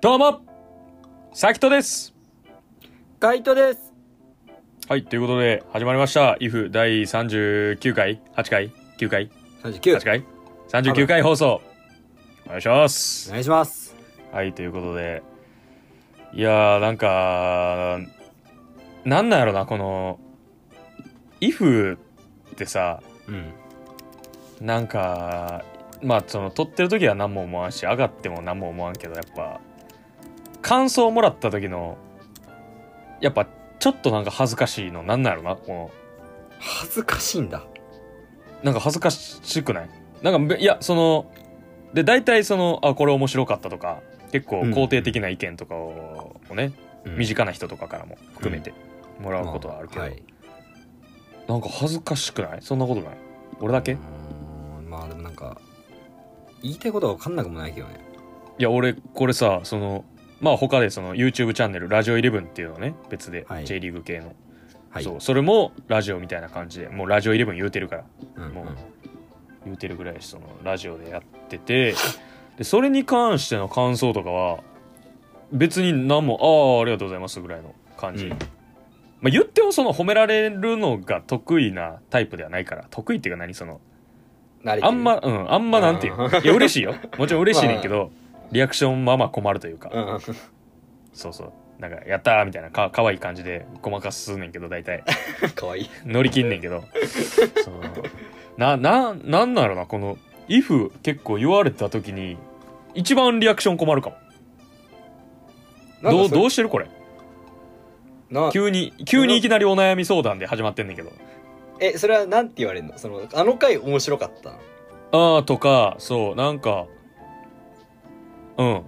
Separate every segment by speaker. Speaker 1: どうもサキトです
Speaker 2: ガイトです。
Speaker 1: はい、ということで始まりました。IF 第39回 ?8 回 ?9 回
Speaker 2: 三十
Speaker 1: ?8 回 ?39 回放送お願いします
Speaker 2: お願いします。
Speaker 1: はい、ということで。いやー、なんか、なんなんやろな、この、IF ってさ、
Speaker 2: うん。
Speaker 1: なんかまあその撮ってる時は何も思わんし上がっても何も思わんけどやっぱ感想もらった時のやっぱちょっとなんか恥ずかしいのなんなんやろなこの
Speaker 2: 恥ずかしいんだ。
Speaker 1: なんか恥ずかしくないなんかいやそので大体そのあこれ面白かったとか結構
Speaker 2: うん
Speaker 1: 肯定的な意見とかをね、身近な人とかからも含めてもらうことはあるけど、
Speaker 2: はい
Speaker 1: なんか恥ずかしくないそんなことない俺だけ、
Speaker 2: うーんまあでもなんか言いたいことは分かんなくもないけどね。
Speaker 1: いや俺これさそのまあ他でその YouTube チャンネル「ラジオイレブン」っていうのね別で、
Speaker 2: はい
Speaker 1: J リーグ系の、
Speaker 2: はい。
Speaker 1: そうそれもラジオみたいな感じでもうラジオイレブン言うてるから
Speaker 2: うんうん
Speaker 1: もう言うてるぐらいそのラジオでやっててでそれに関しての感想とかは別に何も「ああありがとうございます」ぐらいの感じ、
Speaker 2: うん
Speaker 1: まあ、言ってもその褒められるのが得意なタイプではないから得意っていうか何その
Speaker 2: 慣れてる
Speaker 1: あんま、うん、あんまなんていう
Speaker 2: あ
Speaker 1: の
Speaker 2: ー
Speaker 1: いや、嬉しいよ。もちろん嬉しいねんけ ど、リアクションまあまあ困るという
Speaker 2: う
Speaker 1: か、
Speaker 2: ん うん
Speaker 1: そうそう。なんか、やったーみたいな、か、可愛い感じでごまかすねんけど、大体。
Speaker 2: 可愛い。
Speaker 1: 乗り切んねんけど。そのな、な、なんなのな、この、if 結構言われた時に、一番リアクション困るかも。どう、ど
Speaker 2: う
Speaker 1: うしてるこれ。
Speaker 2: な
Speaker 1: 急に、急にいきなりお悩み相談で始まってんねんけど。
Speaker 2: えそれはなんて言われるの？そのあの回面白かった。
Speaker 1: ああとか、そう、なんか、うん、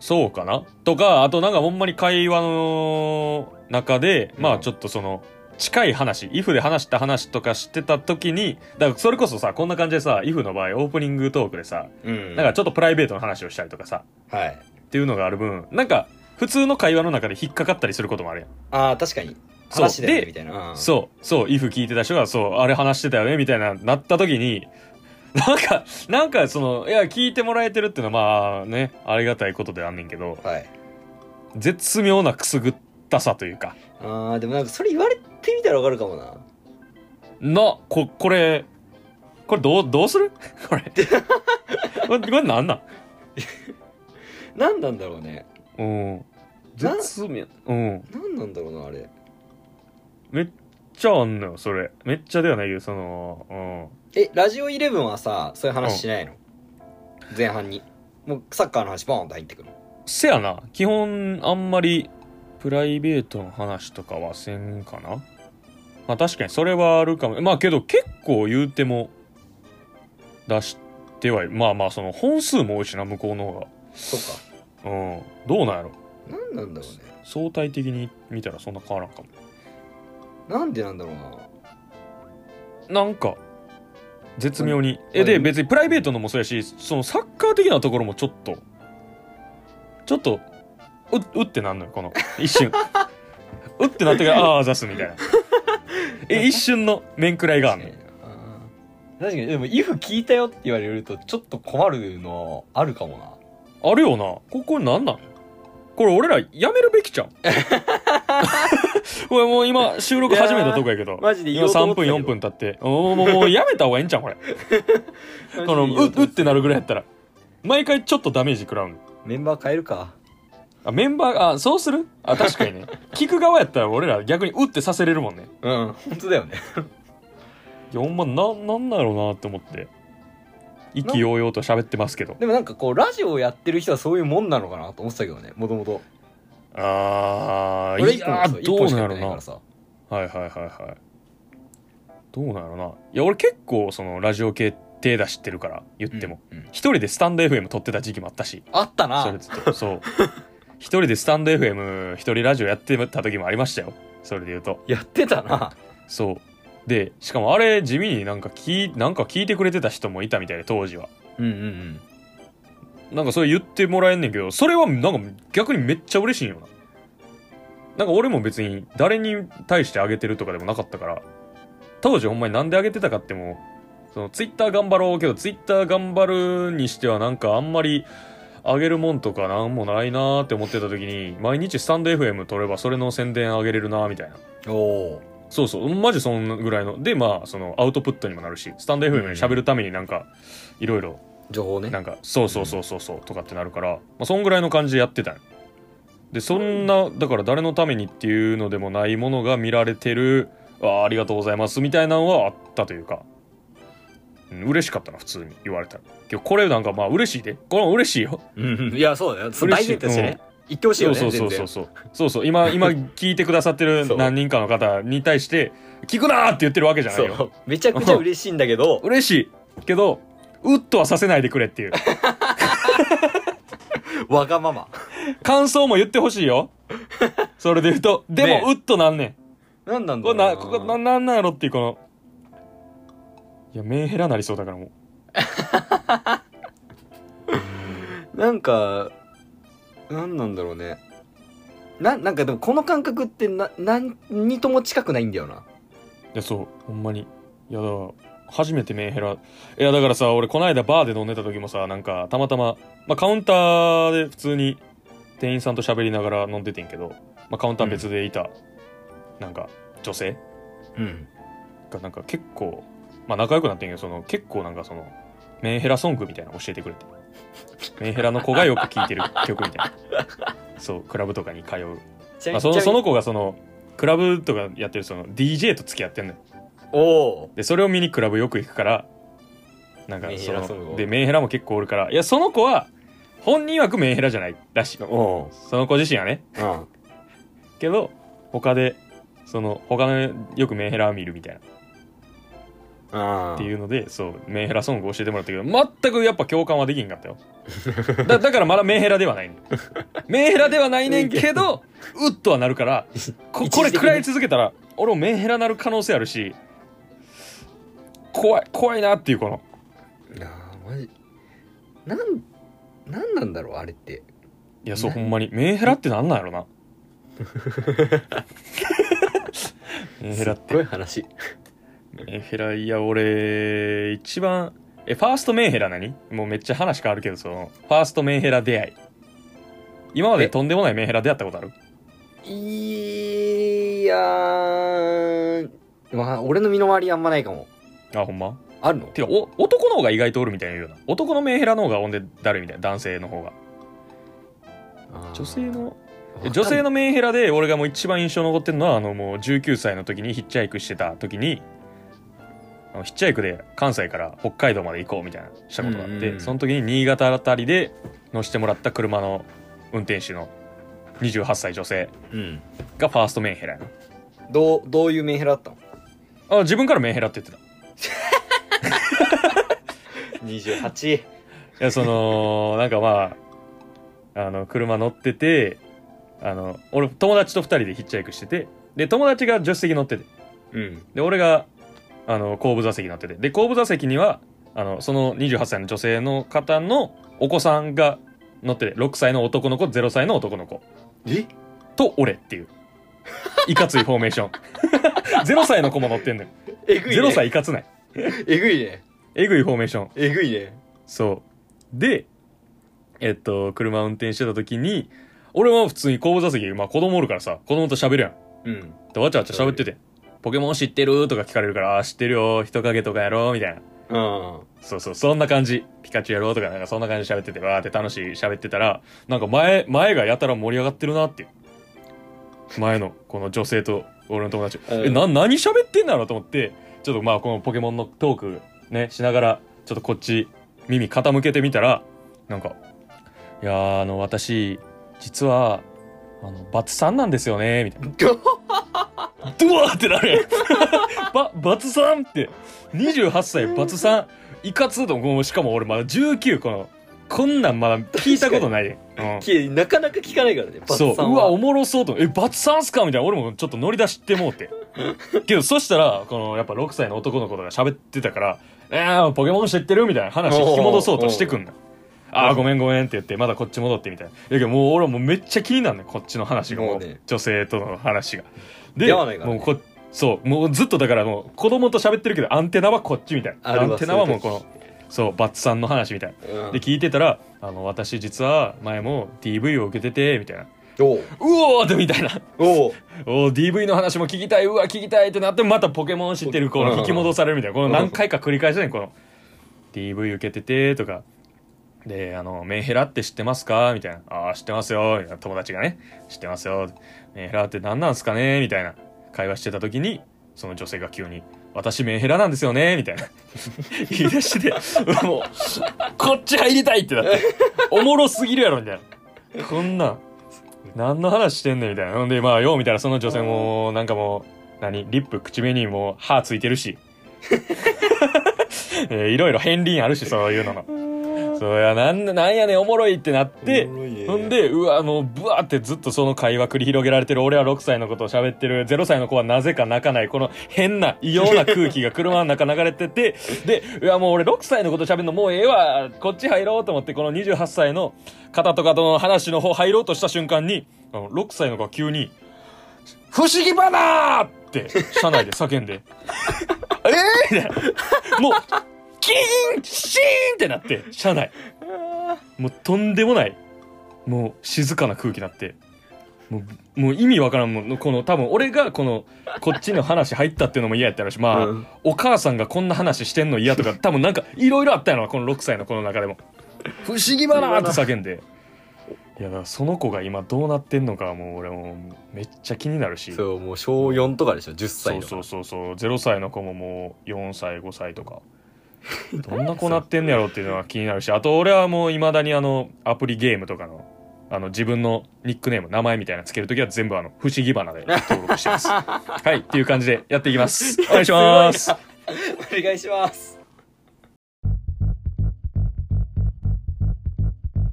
Speaker 1: そうかなとか、あとなんかほんまに会話の中で、ま
Speaker 2: う
Speaker 1: あ
Speaker 2: ん
Speaker 1: ちょっとその、近い話、イフで話した話とかしてた時に、だからそれこそさ、こんな感じでさ、イフの場合オープニングトークでさ、
Speaker 2: うん
Speaker 1: なんかちょっとプライベートの話をしたりとかさ、
Speaker 2: はい。
Speaker 1: っていうのがある分、なんか普通の会話の中で引っかかったりすることもあるやん。
Speaker 2: ああ確かに
Speaker 1: そう
Speaker 2: 話だよね
Speaker 1: で
Speaker 2: みたいな。うん
Speaker 1: そう、そう、イフ聞いてた人が、そう、あれ話してたよね、みたいな、なった時に、 なんか、なんか、その、いや、聞いてもらえてるっていうのは、まあね、ありがたいことであんねんけど、
Speaker 2: はい。
Speaker 1: 絶妙なくすぐったさというか、
Speaker 2: ああでもなんかそれ言われてみたら分かるかもな。
Speaker 1: な、こ、これ、これどう、どうする こ れ。これ、これなんなん
Speaker 2: なんなんだろうね。
Speaker 1: うん。
Speaker 2: な
Speaker 1: 絶妙。うん。
Speaker 2: なんなんだろうなあれ。
Speaker 1: めっちゃあんのよ、それ。めっちゃではないけど、その、
Speaker 2: えラジオイレブンはさそういう話しないの、前半にもうサッカーの話バーンと入ってくるの
Speaker 1: うん。せやな、基本、あんまり、プライベートの話とかはせんかなまあ確かにそれはあるかも。まあけど結構言うても出してはいまあまあその本数も多いしな、向こうの方が。
Speaker 2: そっ
Speaker 1: う
Speaker 2: か
Speaker 1: ん。どうなんやろ
Speaker 2: 何なんだろうね
Speaker 1: 相対的に見たらそんな変わらんかも。
Speaker 2: なんでなんだろうな
Speaker 1: なんか、絶妙に。
Speaker 2: うん
Speaker 1: え、で、別にプライベートのもそうやし、そのサッカー的なところもちょっと、ちょっと、う、うってなんのよ、この、一瞬。 うってなってから、ああ、ざすみたい な。え、一瞬の面食らいがあんのよ
Speaker 2: 確かにあー確かにでも「if 聞いたよ」って言われるとちょっと困るのあるかもな
Speaker 1: あるよな。ここなんなんこれ俺らやめるべき じゃん。これもう今収録始めたとこやけど。
Speaker 2: マジで
Speaker 1: 今
Speaker 2: 言おうと思
Speaker 1: 3
Speaker 2: って
Speaker 1: 分
Speaker 2: たけ
Speaker 1: 4分経っ
Speaker 2: ど
Speaker 1: て。もうもうもうやめた方が いいんじゃんこれ。このう、うってなるぐらいやったら。毎回ちょっとダメージ食らうの。
Speaker 2: メンバー変えるか
Speaker 1: あ、メンバー、あ、そうするあ、確かに ね。聞く側やったら俺ら逆にうってさせれるもんね。
Speaker 2: うん本当だよね
Speaker 1: いや、ほんま、な、なんだろうなって思って。意気揚々と喋ってますけど。
Speaker 2: でもなんかこうラジオをやってる人はそういうもんなのかなと思ってたけどねもともと
Speaker 1: あー、
Speaker 2: 俺
Speaker 1: い
Speaker 2: 一
Speaker 1: や
Speaker 2: 本さ
Speaker 1: ー
Speaker 2: 一
Speaker 1: どう
Speaker 2: 本しか
Speaker 1: な
Speaker 2: やっ
Speaker 1: る
Speaker 2: てないか
Speaker 1: な
Speaker 2: ら。さ
Speaker 1: はいはいはいはいどうなのないや俺結構そのラジオ系手出してるから言っても、、
Speaker 2: うんうん
Speaker 1: 一人でスタンド FM 撮ってた時期もあったし
Speaker 2: あったな
Speaker 1: それずっとそう一人でスタンド FM 一人ラジオやってた時もありましたよそれで言うと
Speaker 2: やってたな
Speaker 1: そうでしかもあれ地味になんか聞いなんか聞いてくれてた人もいたみたいで当時は
Speaker 2: うんうんうん
Speaker 1: なんかそれ言ってもらえんねんけどそれはなんか逆にめっちゃ嬉しいんよななんか俺も別に誰に対してあげてるとかでもなかったから当時ほんまになんであげてたかってもそのツイッター頑張ろうけどツイッター頑張るにしてはなんかあんまりあげるもんとかなんもないなーって思ってた時に毎日スタンド FM 撮ればそれの宣伝あげれるなーみたいな
Speaker 2: おお
Speaker 1: そうそうマジそんぐらいのでまあそのアウトプットにもなるしスタンド FM に喋るためになんかいろいろ
Speaker 2: 情報ね
Speaker 1: なんかそうそうそうそうそうとかってなるから、まあ、そんぐらいの感じでやってたんよでそんなだから誰のためにっていうのでもないものが見られてるあありがとうございますみたいなのはあったというか、うん、嬉しかったな普通に言われたらけどこれなんかまあ嬉しいでこれも嬉しいよ
Speaker 2: うんいやそうだよその大
Speaker 1: 嬉しい
Speaker 2: 前提としてね言ってほしいよね
Speaker 1: そうそうそうそうそうそう今今聞いてくださってる
Speaker 2: そう
Speaker 1: 何人かの方に対して「聞くな!」って言ってるわけじゃ
Speaker 2: 全
Speaker 1: ない
Speaker 2: 然
Speaker 1: よ
Speaker 2: そうめちゃくちゃ嬉しいんだけど
Speaker 1: 嬉しいけどうっとはさせないでくれっていう
Speaker 2: わがまま
Speaker 1: 感想も言ってほしいよそれで言うとで
Speaker 2: ね
Speaker 1: もうっとなんねん
Speaker 2: なんなんだ
Speaker 1: こ
Speaker 2: ろ
Speaker 1: れな
Speaker 2: うな
Speaker 1: ここななんなんやろっていうこのいやメンヘラなりそうだからもう
Speaker 2: なんかなんなんだろうねななんかでもこの感覚ってな何にとも近くないんだよない
Speaker 1: やそうほんまにいやだから初めてメンヘラいやだからさ俺こないだバーで飲んでた時もさなんかたまたま、まあ、カウンターで普通に店員さんと喋りながら飲んでてんけど、まあ、カウンター別でいた、なんか女性
Speaker 2: うん
Speaker 1: がなんか結構まあ仲良くなってんけどその結構なんかそのメンヘラソングみたいなの教えてくれてメンヘラの子がよく聴いてる曲みたいなそうクラブとかに通うまあ、そのその子がそのクラブとかやってるその DJ と付き合ってんのよ
Speaker 2: お
Speaker 1: でそれを見にクラブよく行くからなんか
Speaker 2: メンヘ
Speaker 1: そ
Speaker 2: ラソング
Speaker 1: の
Speaker 2: を
Speaker 1: でメンヘラも結構おるからいやその子は本人枠メンヘラじゃないらしい
Speaker 2: おお
Speaker 1: その子自身はね
Speaker 2: うん
Speaker 1: けど他でその他のよくメンヘラを見るみたいな
Speaker 2: あ
Speaker 1: って
Speaker 2: う
Speaker 1: いうのでそうメンヘラソング教えてもらったけど全くやっぱ共感はできんかったよだだからまだメンヘラではないねんメンヘラではないねんけどうっとはなるからここれ食らい続けたら俺もメンヘラなる可能性あるし怖い怖いなっていうこの
Speaker 2: あマジなんなんなんだろうあれって
Speaker 1: いやそう
Speaker 2: な
Speaker 1: ほんまにメンヘラってなんなんやろなメンヘラっ
Speaker 2: すっご
Speaker 1: て
Speaker 2: い話
Speaker 1: メンヘラいや俺一番えファーストメンヘラ何もうめっちゃ話変わるけどそのファーストメンヘラ出会い今まで
Speaker 2: え
Speaker 1: とんでもないメンヘラ出会ったことある
Speaker 2: いやーまあ俺の身の回りあんまないかも
Speaker 1: あほんま
Speaker 2: あるの
Speaker 1: てかお男の方が意外とおるみたいな言うよな男のメンヘラの方がほんで誰みたいな男性の方が女性のえ女性
Speaker 2: の
Speaker 1: のメンヘラで俺がもう一番印象残ってるのはあのもう19歳の時にヒッチハイクしてた時にあのヒッチハイクで関西から北海道まで行こうみたいなしたことがあって、
Speaker 2: うんうんうん
Speaker 1: その時に新潟あたりで乗せてもらった車の運転手の28歳女性
Speaker 2: うん
Speaker 1: がファーストメンヘラやな
Speaker 2: どうどういうメンヘラだったの
Speaker 1: あ自分からメンヘラって言ってた
Speaker 2: 28
Speaker 1: いやその なんかまああの車乗っててあの俺友達と2人でヒッチハイクしててで友達が助手席乗ってて
Speaker 2: うん
Speaker 1: で俺があの後部座席になっててで後部座席にはあのその28歳の女性の方のお子さんが乗ってて6歳の男の子0歳の男の子
Speaker 2: え
Speaker 1: と俺って いういかついフォーメーション0 歳の子も乗 ってんのよ
Speaker 2: えぐいね
Speaker 1: 0歳いかつない
Speaker 2: えぐいね
Speaker 1: えぐいフォーメーション
Speaker 2: えぐいね
Speaker 1: そうでえっと車運転してた時に俺は普通に後部座席、まあ、子供おるからさ子供と喋るやん
Speaker 2: うん
Speaker 1: でわちゃわちゃ喋ってて「ポケモン知ってる?」とか聞かれるから「あー知ってるよ人影とかやろ」みたいな
Speaker 2: うん
Speaker 1: そうそう、そんな感じ。ピカチュウやろうとか、なんかそんな感じで喋ってて、わーって楽しい喋ってたら、なんか前、前がやたら盛り上がってるなっていう。前の、この女性と俺の友達。
Speaker 2: うん
Speaker 1: え、 な、何喋ってんだろうと思って、ちょっとまあこのポケモンのトークね、しながら、ちょっとこっち耳傾けてみたら、なんか、いやー、あの、私、実は、あの、バツさんなんですよね、みたいな。ドワーってなるやん ばバツさんって28歳バツさんいかつうともうしかも俺まだ19このこんなんまだ聞いたことないで、うん
Speaker 2: きなかなか聞かないからねバツさん
Speaker 1: そう
Speaker 2: は
Speaker 1: うわおもろそうと思うえバツさんっすかみたいな俺もちょっと乗り出してもう てけどそしたらこのやっぱ6歳の男の子とか喋ってたから「えー、ポケモン知ってる?」みたいな話引き戻そうとしてくんのああごめんごめんって言ってまだこっち戻ってみたいないやけどもう俺もうめっちゃ気になんねんこっちの話がも
Speaker 2: も
Speaker 1: う
Speaker 2: うね
Speaker 1: 女性との話が
Speaker 2: 出会わないから
Speaker 1: も
Speaker 2: ね
Speaker 1: うこそうもうずっとだからもう子供と喋ってるけどアンテナはこっちみたい
Speaker 2: あ
Speaker 1: なア
Speaker 2: るわ
Speaker 1: ンテナはもうこのそうバッツさんの話みたい
Speaker 2: うん
Speaker 1: なで聞いてたら「あの私実は前も DV を受けてて」みたいな
Speaker 2: おう
Speaker 1: 「うおー!」ってみたいな
Speaker 2: おう
Speaker 1: 「おー DV の話も聞きたいうわ聞きたい」ってなってまたポケモン知ってる子
Speaker 2: うん
Speaker 1: に引き戻されるみたいなこの何回か繰り返しだねこの「DV 受けてて」とか「であのメンヘラって知ってますか?」みたいな「ああ知ってますよ」みたいな友達がね「知ってますよ」メンヘラって何なんすかねみたいな会話してた時にその女性が急に「私メンヘラなんですよね」みたいな 言い出してもうこっち入りたいってなっておもろすぎるやろみたいなこんなん何の話してんねんみたいなほんでまあよう見たらその女性もなんかもう何リップ口紅にも歯ついてるし えーいろいろ片鱗あるしそういうのの。そうやなんなんやねんおもろいってなって
Speaker 2: おもろいね
Speaker 1: ほんでうわもうブワーってずっとその会話繰り広げられてる俺は6歳のことを喋ってる0歳の子はなぜか泣かないこの変な異様な空気が車の中流れててでうわもう俺6歳のこと喋るのもうええわこっち入ろうと思ってこの28歳の方とかとの話の方入ろうとした瞬間にあの6歳の子が急に「不思議バナー!」って車内で叫んで「ええー!」み たいなもうキーンシーンってなって車内。もうとんでもないもう静かな空気になってもうもう意味わからんもんこの多分俺がこのこっちの話入ったっていうのも嫌やったらしまあ、
Speaker 2: うん
Speaker 1: お母さんがこんな話してんの嫌とか多分なんかいろいろあったやろなこの6歳の子の中でも「不思議だな」って叫んでいやだからその子が今どうなってんのかもう俺もうめっちゃ気になるし
Speaker 2: そうもう小4とかでしょ10
Speaker 1: そ
Speaker 2: 歳
Speaker 1: う
Speaker 2: の
Speaker 1: そうそうそう0歳の子ももう4歳5歳とかどんな子なってんねやろっていうのは気になるしあと俺はもういまだにあのアプリゲームとかのあの自分のニックネーム名前みたいなのつけるときは全部あの不思議花で登録してますはいっていう感じでやっていきますお願いします
Speaker 2: お願いします
Speaker 1: フ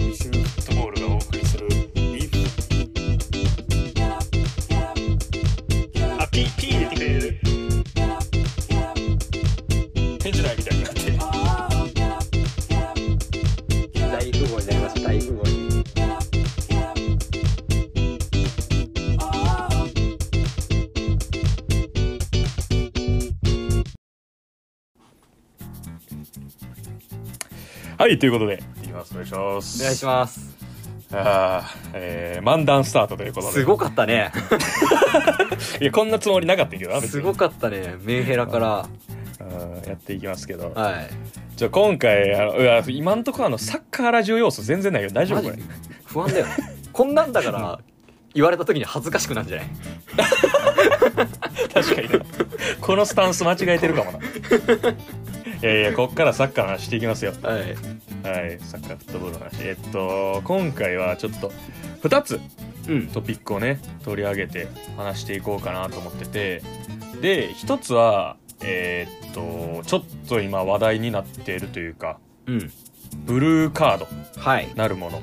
Speaker 1: ットボールがお送りするリフあピーピー出てくる返事ないみたいになって
Speaker 2: 大富豪になりました大富豪に
Speaker 1: はいということでいきますお願いします
Speaker 2: お願いします
Speaker 1: あーえー、漫談スタートということです
Speaker 2: ごかったね
Speaker 1: いやこんなつもりなかったけどな別
Speaker 2: す
Speaker 1: に
Speaker 2: ごかったねメンヘラから
Speaker 1: うんやっていきますけど
Speaker 2: はい
Speaker 1: じゃ今回あのうわ今んところあのサッカーラジオ要素全然ないけど大丈夫
Speaker 2: マ
Speaker 1: こ
Speaker 2: ジ
Speaker 1: れ
Speaker 2: 不安だよねこんなんだから言われた時に恥ずかしくなんじゃない
Speaker 1: 確かになこのスタンス間違えてるかもないやいやこっからサッカーの話していきますよ
Speaker 2: はい
Speaker 1: はいサッカーフットボールの話えっと今回はちょっと2つ
Speaker 2: うん
Speaker 1: トピックをね取り上げて話していこうかなと思っててで一つはえーっとちょっと今話題になっているというか
Speaker 2: うん
Speaker 1: ブルーカード
Speaker 2: はい
Speaker 1: なるもの、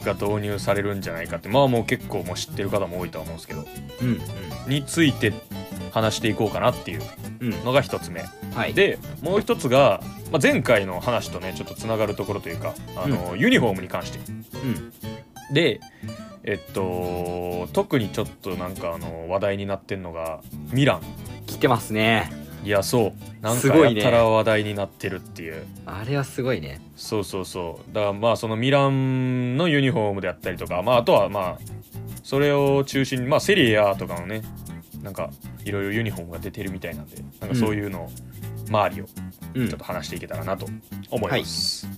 Speaker 1: うん、が導入されるんじゃないかってまあもう結構もう知ってる方も多いとは思うんですけど
Speaker 2: うんうん
Speaker 1: について話していこうかなっていう
Speaker 2: うん
Speaker 1: のが一つ目
Speaker 2: はい
Speaker 1: でもう一つが、まあ、前回の話とねちょっとつながるところというかあの、ユニフォームに関して
Speaker 2: うん
Speaker 1: でえっと特にちょっとなんかあの話題になってんのがミラン
Speaker 2: 来てますね
Speaker 1: いやそうなん
Speaker 2: す
Speaker 1: か
Speaker 2: ごい
Speaker 1: や
Speaker 2: ね
Speaker 1: たら話題になってるっていう、
Speaker 2: あれはすごいね
Speaker 1: そうそうそうだからまあそのミランのユニフォームであったりとかまああとはまあそれを中心にまあセリエ A とかのねなんかいろいろユニフォームが出てるみたいなんでなんかそういうのを周りをち
Speaker 2: う
Speaker 1: ょっと話していけたらなと思います、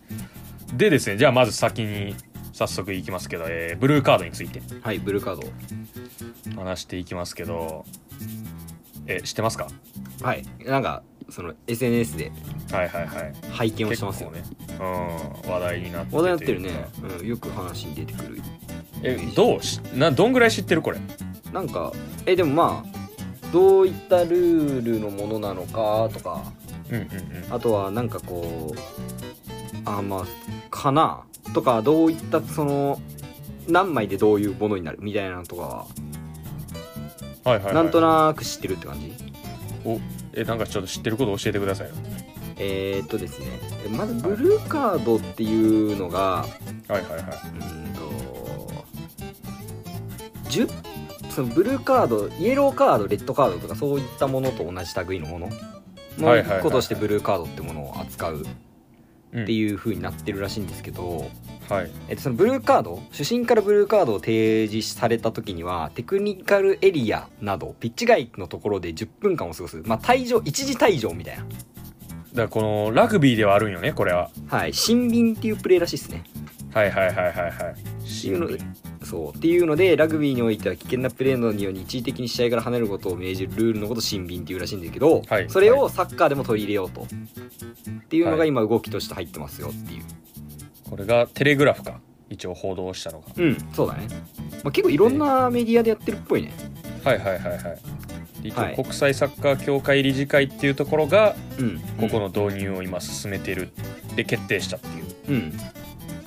Speaker 1: でですねじゃあまず先に早速いきますけど、えーブルーカードについて
Speaker 2: はいブルーカード
Speaker 1: 話していきますけどえ知ってますか
Speaker 2: はいなんかその SNS で
Speaker 1: はいはいはい
Speaker 2: 拝見をしてますよね
Speaker 1: ねうん話題になって
Speaker 2: 話題になって
Speaker 1: とい
Speaker 2: る
Speaker 1: うか
Speaker 2: ね、うん、よく話に出てくる
Speaker 1: えどうしなどんぐらい知ってるこれ
Speaker 2: なんかえでもまあどういったルールのものなのかとか
Speaker 1: うんうんうん
Speaker 2: あとはなんかこうあまあかなとかどういったその何枚でどういうものになるみたいなのとか
Speaker 1: は
Speaker 2: は
Speaker 1: いはい、はい、
Speaker 2: なんとなく知ってるって感じ
Speaker 1: おえなんかちょっと知ってること教えてくださいよ
Speaker 2: えー、っとですねまずブルーカードっていうのが
Speaker 1: はいはいはいう
Speaker 2: ーんと10そのブルーカードイエローカードレッドカードとかそういったものと同じ類のものの
Speaker 1: はいはいはいはい
Speaker 2: 一個としてブルーカードってものを扱うっていう風になってるらしいんですけど、
Speaker 1: はい
Speaker 2: えっと、そのブルーカード主審からブルーカードを提示された時にはテクニカルエリアなどピッチ外のところで10分間を過ごす、まあ、退場一時退場みたいな、
Speaker 1: だからこのラグビーではあるんよねこれは
Speaker 2: はい、新便っていうプレーらしいですね
Speaker 1: はいはいはいはいはい
Speaker 2: っていうのでそうっていうのでラグビーにおいては危険なプレーのにより一時的に試合から離れることを命じるルールのことを新便っていうらしいんだけど、
Speaker 1: はい
Speaker 2: それをサッカーでも取り入れようとっていうの
Speaker 1: は
Speaker 2: が
Speaker 1: い
Speaker 2: 今動きとして入ってますよっていう、
Speaker 1: これがテレグラフか一応報道したのが
Speaker 2: うんそうだね、まあ、結構いろんなメディアでやってるっぽいね
Speaker 1: はいはいはいはい一
Speaker 2: は
Speaker 1: 応
Speaker 2: い
Speaker 1: 国際サッカー協会理事会っていうところが
Speaker 2: うん
Speaker 1: ここの導入を今進めてるで決定したっていう
Speaker 2: うん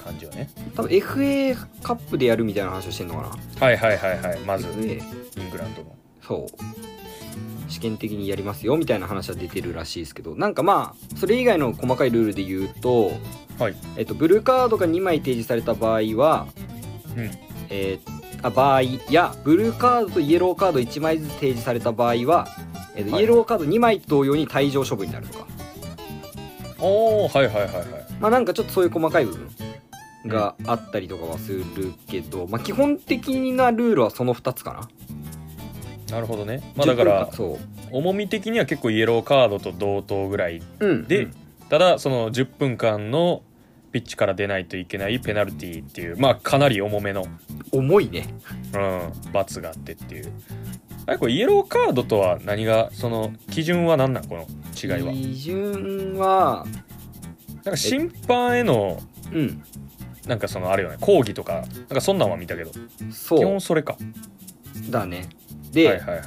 Speaker 1: 感じよね
Speaker 2: 多分 FA カップでやるみたいな話をしてんのか
Speaker 1: はいはいはいはいま
Speaker 2: な
Speaker 1: ず
Speaker 2: FA
Speaker 1: イングランドの
Speaker 2: そう試験的にやりますよみたいな話は出てるらしいですけどなんかまあそれ以外の細かいルールで言うと、
Speaker 1: はい
Speaker 2: えっと、ブルーカードが2枚提示された場合は、
Speaker 1: うん
Speaker 2: えーあ場合やブルーカードとイエローカード1枚ずつ提示された場合は、えっと
Speaker 1: はい
Speaker 2: イエローカード2枚同様に退場処分になるとか
Speaker 1: おおはいはいはいはい
Speaker 2: まあなんかちょっとそういう細かい部分があったりとかはするけど、まあ基本的なルールはその2つかな。
Speaker 1: なるほどねまあだから
Speaker 2: 10分間そ、
Speaker 1: 重み的には結構イエローカードと同等ぐらいう
Speaker 2: うん、
Speaker 1: で、
Speaker 2: うん
Speaker 1: ただその10分間のピッチから出ないといけないペナルティーっていうまあかなり重めの、
Speaker 2: 重いね
Speaker 1: うん、罰があってっていうあれこれイエローカードとは何がその基準は何なんこの違いは
Speaker 2: 基準は
Speaker 1: なんか審判への
Speaker 2: うん
Speaker 1: なんかそのあれよね抗議とかなんかそんなんは見たけど基
Speaker 2: そ
Speaker 1: 本それか
Speaker 2: うだね
Speaker 1: はい
Speaker 2: で、
Speaker 1: はいはいはい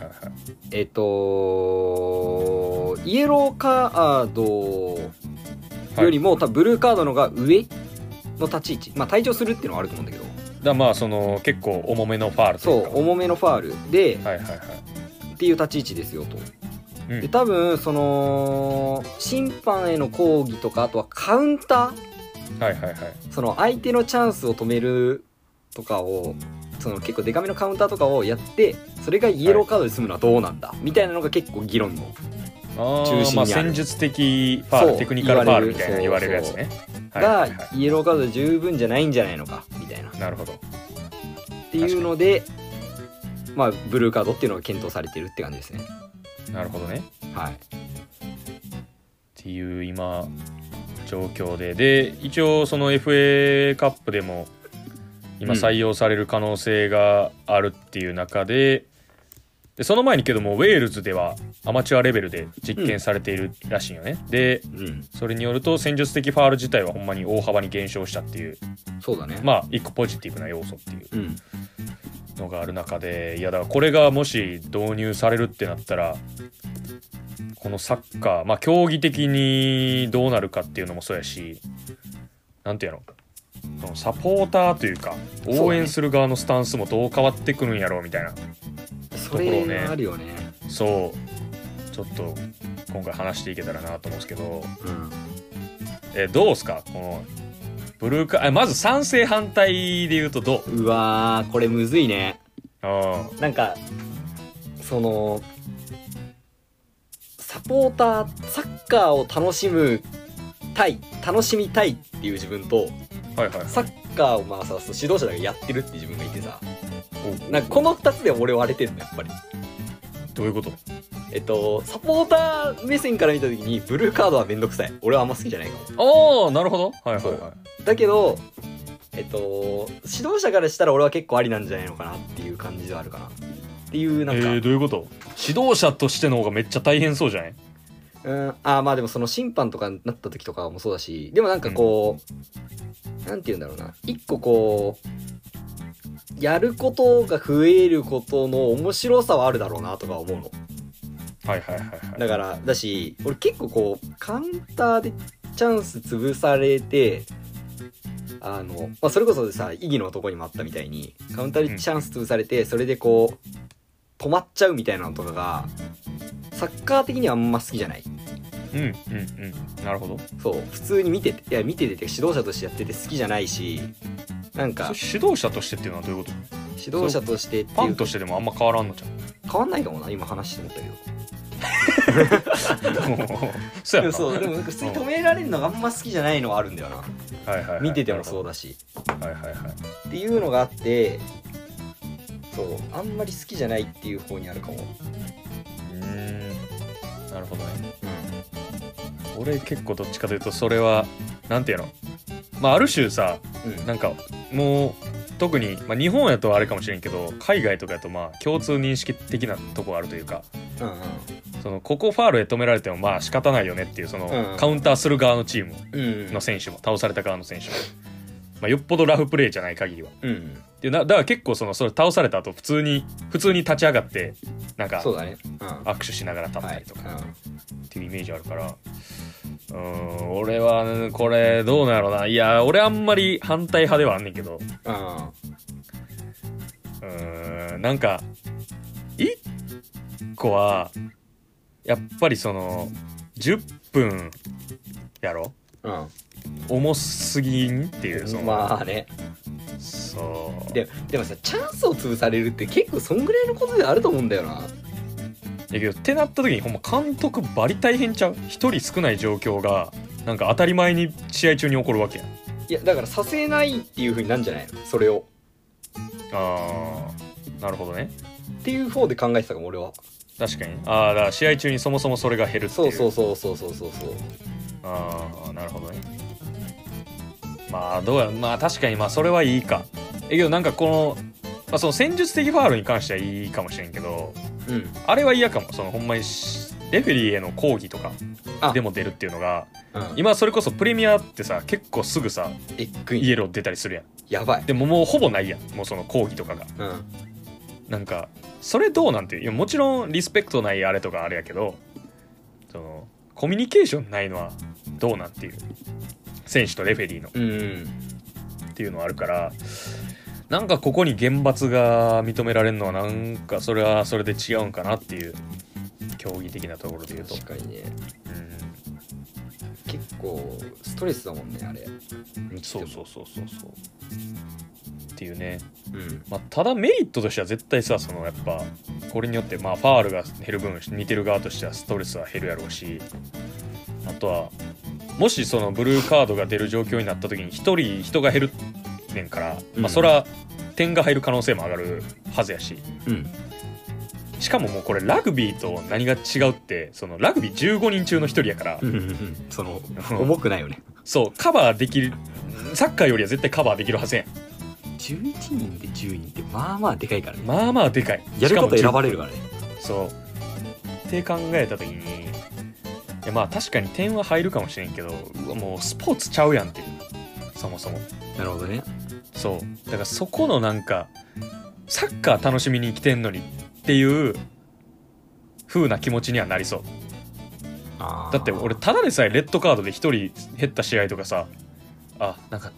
Speaker 2: えっとイエローカードよりも、多分ブルーカードの方が上の立ち位置まあ退場するっていうのはあると思うんだけど
Speaker 1: だからまあその結構重めのファールと
Speaker 2: そ
Speaker 1: いうか
Speaker 2: う重めのファールで、
Speaker 1: はいはいはい
Speaker 2: っていう立ち位置ですよと、
Speaker 1: うん
Speaker 2: で多分その審判への抗議とかあとはカウンター
Speaker 1: はいはいはい
Speaker 2: その相手のチャンスを止めるとかをその結構デカめのカウンターとかをやってそれがイエローカードで済むのはどうなんだ、みたいなのが結構議論の
Speaker 1: あ
Speaker 2: 中心にあ
Speaker 1: ー
Speaker 2: る
Speaker 1: まあ戦術的ファー
Speaker 2: そ
Speaker 1: ル
Speaker 2: う
Speaker 1: テクニカルファールみたいな
Speaker 2: 言
Speaker 1: 言
Speaker 2: わ
Speaker 1: わ
Speaker 2: れ
Speaker 1: れ
Speaker 2: る
Speaker 1: るやつねはいは
Speaker 2: が
Speaker 1: いは
Speaker 2: イエローカードで十分じゃないんじゃないのかみたいない
Speaker 1: なるほど
Speaker 2: っていうのでまあブルーカードっていうのが検討されてるって感じですね
Speaker 1: なるほどね
Speaker 2: はい
Speaker 1: っていう今状況でで一応その FA カップでも今
Speaker 2: うん
Speaker 1: 採用される可能性があるっていう中で,、でその前にけどもウェールズではアマチュアレベルで実験されているらしいよね、で
Speaker 2: うん
Speaker 1: それによると戦術的ファール自体はほんまに大幅に減少したっていう
Speaker 2: そうだね
Speaker 1: まあ一個ポジティブな要素っていう
Speaker 2: うん
Speaker 1: のがある中でいやだからこれがもし導入されるってなったらこのサッカーまあ競技的にどうなるかっていうのもそうやしなんていうのそのサポーターというか
Speaker 2: うだね
Speaker 1: 応援する側のスタンスもどう変わってくるんやろうみたいな
Speaker 2: そ
Speaker 1: ところを
Speaker 2: れ
Speaker 1: ね
Speaker 2: があるよね
Speaker 1: そうちょっと今回話していけたらなと思うんですけど
Speaker 2: うん
Speaker 1: えどうですかこのブルーカーえまず賛成反対で言うとどう
Speaker 2: うわーこれむずいね
Speaker 1: あ
Speaker 2: なんかそのサポーターサッカーを楽しむたい楽しみたいっていう自分と
Speaker 1: あはいはい
Speaker 2: サッカーをまあさ指導者だからやってるって自分がいてさ
Speaker 1: お
Speaker 2: なんかこの2つで俺割れてるのやっぱり
Speaker 1: どういうこと
Speaker 2: えっとサポーター目線から見た時にブルーカードはめんどくさい俺はあんま好きじゃないかも
Speaker 1: ああなるほどはいはい
Speaker 2: そ
Speaker 1: は
Speaker 2: う
Speaker 1: い
Speaker 2: だけどえっと指導者からしたら俺は結構ありなんじゃないのかなっていう感じではあるかなっていうなんか、
Speaker 1: えーどういうこと指導者としての方がめっちゃ大変そうじゃない
Speaker 2: うん、あーまあでもその審判とかになった時とかもそうだしでもなんかこう、なんて言うんだろうな一個こうやることが増えることの面白さはあるだろうなとか思うの
Speaker 1: はいはいはいはい
Speaker 2: だからだし俺結構こうカウンターでチャンス潰されてあの、まあ、それこそさ意義のとこにもあったみたいにカウンターでチャンス潰されてそれでこう止まっちゃうみたいなのとかがサッカー的にはあんま好きじゃない
Speaker 1: うんうんうんなるほど
Speaker 2: そう普通に見てていや見ててて指導者としてやってて好きじゃないしなんか
Speaker 1: それ指導者としてっていうのはどういうこと
Speaker 2: 指導者としてって
Speaker 1: ファ
Speaker 2: い
Speaker 1: ン
Speaker 2: う
Speaker 1: としてでもあんま変わらんのじゃん
Speaker 2: 変わんないかもな今話してたけど
Speaker 1: もうそうやな
Speaker 2: そうでも普通に止められるのがあんま好きじゃないのはあるんだよな
Speaker 1: はいはいはい、
Speaker 2: 見てても
Speaker 1: う
Speaker 2: そうだし
Speaker 1: はいはいはい
Speaker 2: っていうのがあってそうあんまり好きじゃないっていう方にあるかも、
Speaker 1: うーんなるほどね俺結構どっちかというとそれはなんていうのまあある種さ
Speaker 2: うんうん、
Speaker 1: なんかもう特に、まあ、日本やとあれかもしれんけど海外とかやとまあ共通認識的なとこあるというか
Speaker 2: うんうん
Speaker 1: そのここファールで止められてもまあ仕方ないよねっていうその、
Speaker 2: うん
Speaker 1: カウンターする側のチーム
Speaker 2: うん
Speaker 1: の選手も倒された側の選手も、まあ、よっぽどラフプレーじゃない限りは。
Speaker 2: うん
Speaker 1: でなだから結構そのそれ倒された後普通に普通に立ち上がってなんか
Speaker 2: そうだねうん
Speaker 1: 握手しながら立ったりとか
Speaker 2: はいうん
Speaker 1: っていうイメージあるからうーん俺はねこれどうなんやろうないや俺あんまり反対派ではあんねんけど
Speaker 2: うん
Speaker 1: うーんなんか一個はやっぱりその10分やろ
Speaker 2: うん
Speaker 1: 重すぎんっていうその、
Speaker 2: まあね
Speaker 1: そう
Speaker 2: ででもさチャンスを潰されるって結構そんぐらいのことであると思うんだよな
Speaker 1: やけどってなった時にほんま監督バリ大変ちゃう一人少ない状況がなんか当たり前に試合中に起こるわけやん
Speaker 2: いやだからさせないっていうふうになんじゃないのそれを
Speaker 1: あーなるほどね
Speaker 2: っていう方で考えてたかも俺は
Speaker 1: 確かにああだから試合中にそもそもそれが減るっていう
Speaker 2: そうそうそうそうそうそうそう
Speaker 1: ああなるほどねまあどうやまあ確かにまあそれはいいかえけどなんかこの,、まあ、その戦術的ファウルに関してはいいかもしれんけど
Speaker 2: うん
Speaker 1: あれは嫌かもそのほんまにしレフェリーへの抗議とか
Speaker 2: あ
Speaker 1: でも出るっていうのが
Speaker 2: うん
Speaker 1: 今それこそプレミアってさ結構すぐさ
Speaker 2: えっく
Speaker 1: イ
Speaker 2: い
Speaker 1: エロー出たりするやん
Speaker 2: やばい
Speaker 1: でももうほぼないやんもうその抗議とかが
Speaker 2: うんうん
Speaker 1: なんかそれどうなんていういやもちろんリスペクトないあれとかあれやけどそのコミュニケーションないのはどうなんていう選手とレフェリーの
Speaker 2: うん
Speaker 1: っていうのはあるからなんかここに厳罰が認められるのはなんかそれはそれで違うんかなっていう競技的なところで言うと
Speaker 2: 確かにね
Speaker 1: うん
Speaker 2: 結構ストレスだもんねあれ
Speaker 1: そう
Speaker 2: う
Speaker 1: そうそうそうそうっていうね、
Speaker 2: うん
Speaker 1: まあ、ただメリットとしては絶対さそのやっぱこれによってまあファールが減る分見てる側としてはストレスは減るやろうしあとはもしそのブルーカードが出る状況になった時に1人人が減るねんから、
Speaker 2: うん
Speaker 1: まあ、それは点が入る可能性も上がるはずやし、
Speaker 2: うん
Speaker 1: しかももうこれラグビーと何が違うってそのラグビー15人中の1人やから、
Speaker 2: うんうんうんその重くないよね
Speaker 1: そうカバーできるサッカーよりは絶対カバーできるはずやん
Speaker 2: 11人で10人ってまあまあでかいからね
Speaker 1: まあまあでかい
Speaker 2: やること
Speaker 1: しか
Speaker 2: 選
Speaker 1: も
Speaker 2: ばれるからね
Speaker 1: そうって考えた時にいやまあ確かに点は入るかもしれんけどうわもうスポーツちゃうやんっていうそもそも
Speaker 2: なるほどね
Speaker 1: そうだからそこのなんかサッカー楽しみに来てんのにっていう風な気持ちにはなりそう
Speaker 2: あー
Speaker 1: だって俺ただでさえレッドカードで1人減った試合とかさあなんか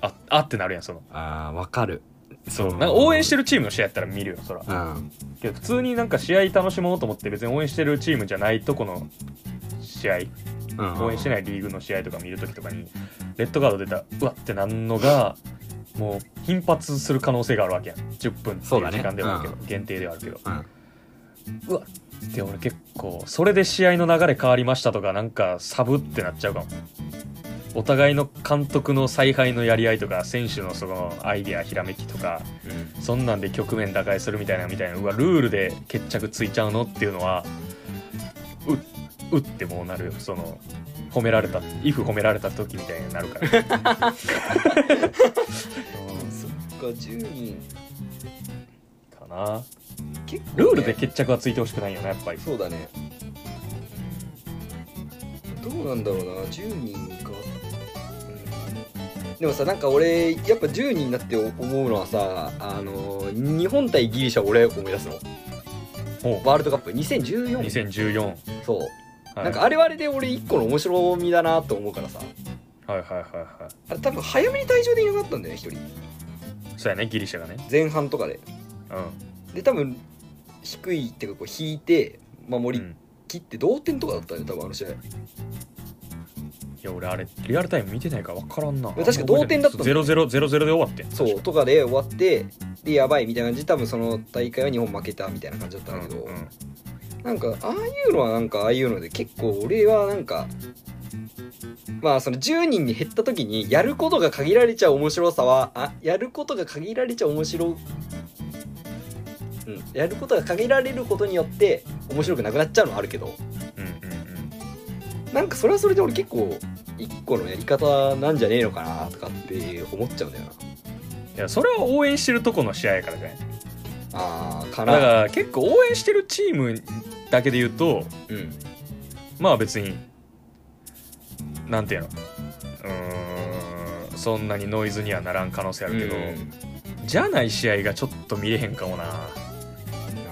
Speaker 1: ああってなるやんその
Speaker 2: あーわかる
Speaker 1: そううんなんか応援してるチームの試合やったら見るよそら
Speaker 2: うん
Speaker 1: けど普通になんか試合楽しもうと思って別に応援してるチームじゃないとこの試合
Speaker 2: うん
Speaker 1: 応援して
Speaker 2: ない
Speaker 1: ないリーグの試合とか見るときとかにレッドカード出たらうわってなんのがもう頻発する可能性があるわけやん10分って
Speaker 2: そ
Speaker 1: いうう
Speaker 2: だね
Speaker 1: 時間ではあるけど、
Speaker 2: う
Speaker 1: 限定ではあるけど
Speaker 2: うん
Speaker 1: うわで俺結構それで試合の流れ変わりましたとかなんかサブってなっちゃうかもお互いの監督の采配のやり合いとか選手のそのアイデアひらめきとか
Speaker 2: うん
Speaker 1: そんなんで局面打開するみたいなみたいなうわルールで決着ついちゃうのっていうのはううってもうなるよその褒められた「if 褒められた時」みたいになるからうん
Speaker 2: そっか10人
Speaker 1: かな
Speaker 2: 結構ね、
Speaker 1: ルールで決着はついてほしくないよなやっぱり
Speaker 2: そうだねどうなんだろうな10人か、うん、でもさなんか俺やっぱ10人になって思うのはさあの日本対ギリシャ俺思い出すの
Speaker 1: も
Speaker 2: ワールドカップ2014
Speaker 1: 2014、はい、
Speaker 2: そう、なんかあれはあれで俺一個の面白みだなと思うからさ
Speaker 1: はいはいはいは
Speaker 2: あれ多分早めに退場でいなくなったんだよね一人
Speaker 1: いそうやねギリシャがね
Speaker 2: 前半とかで
Speaker 1: う
Speaker 2: で多分低いっていうかこう引いて
Speaker 1: ん、
Speaker 2: 守
Speaker 1: う
Speaker 2: り
Speaker 1: ん、
Speaker 2: 切って同点とかだったよね多分あの試合
Speaker 1: いや俺あれリアルタイム見てないから分からんな
Speaker 2: 確か同点だったんだ
Speaker 1: ゼ
Speaker 2: よ
Speaker 1: ロゼロゼロゼロで終わってん
Speaker 2: そうとかで終わってでやばいみたいな感じで多分その大会は日本負けたみたいな感じだったんだけど、
Speaker 1: うんうん
Speaker 2: なんかああいうのはなんかああいうので結構俺はなんかまあその10人に減った時にやることが限られちゃう面白さはあやることが限られちゃう面白うんやることが限られることによって面白くなくなっちゃうのはあるけど
Speaker 1: うんうん
Speaker 2: なんかそれはそれで俺結構一個のやり方なんじゃねえのかなとかって思っちゃうんだよな
Speaker 1: うんいやそれは応援してるとこの試合やからね
Speaker 2: あーか
Speaker 1: だか
Speaker 2: な
Speaker 1: ら結構応援してるチームだけで言うと
Speaker 2: うん
Speaker 1: まあ別になんていうのうーんそんなにノイズにはならん可能性あるけど、
Speaker 2: うん
Speaker 1: じゃない試合がちょっと見れへんかもな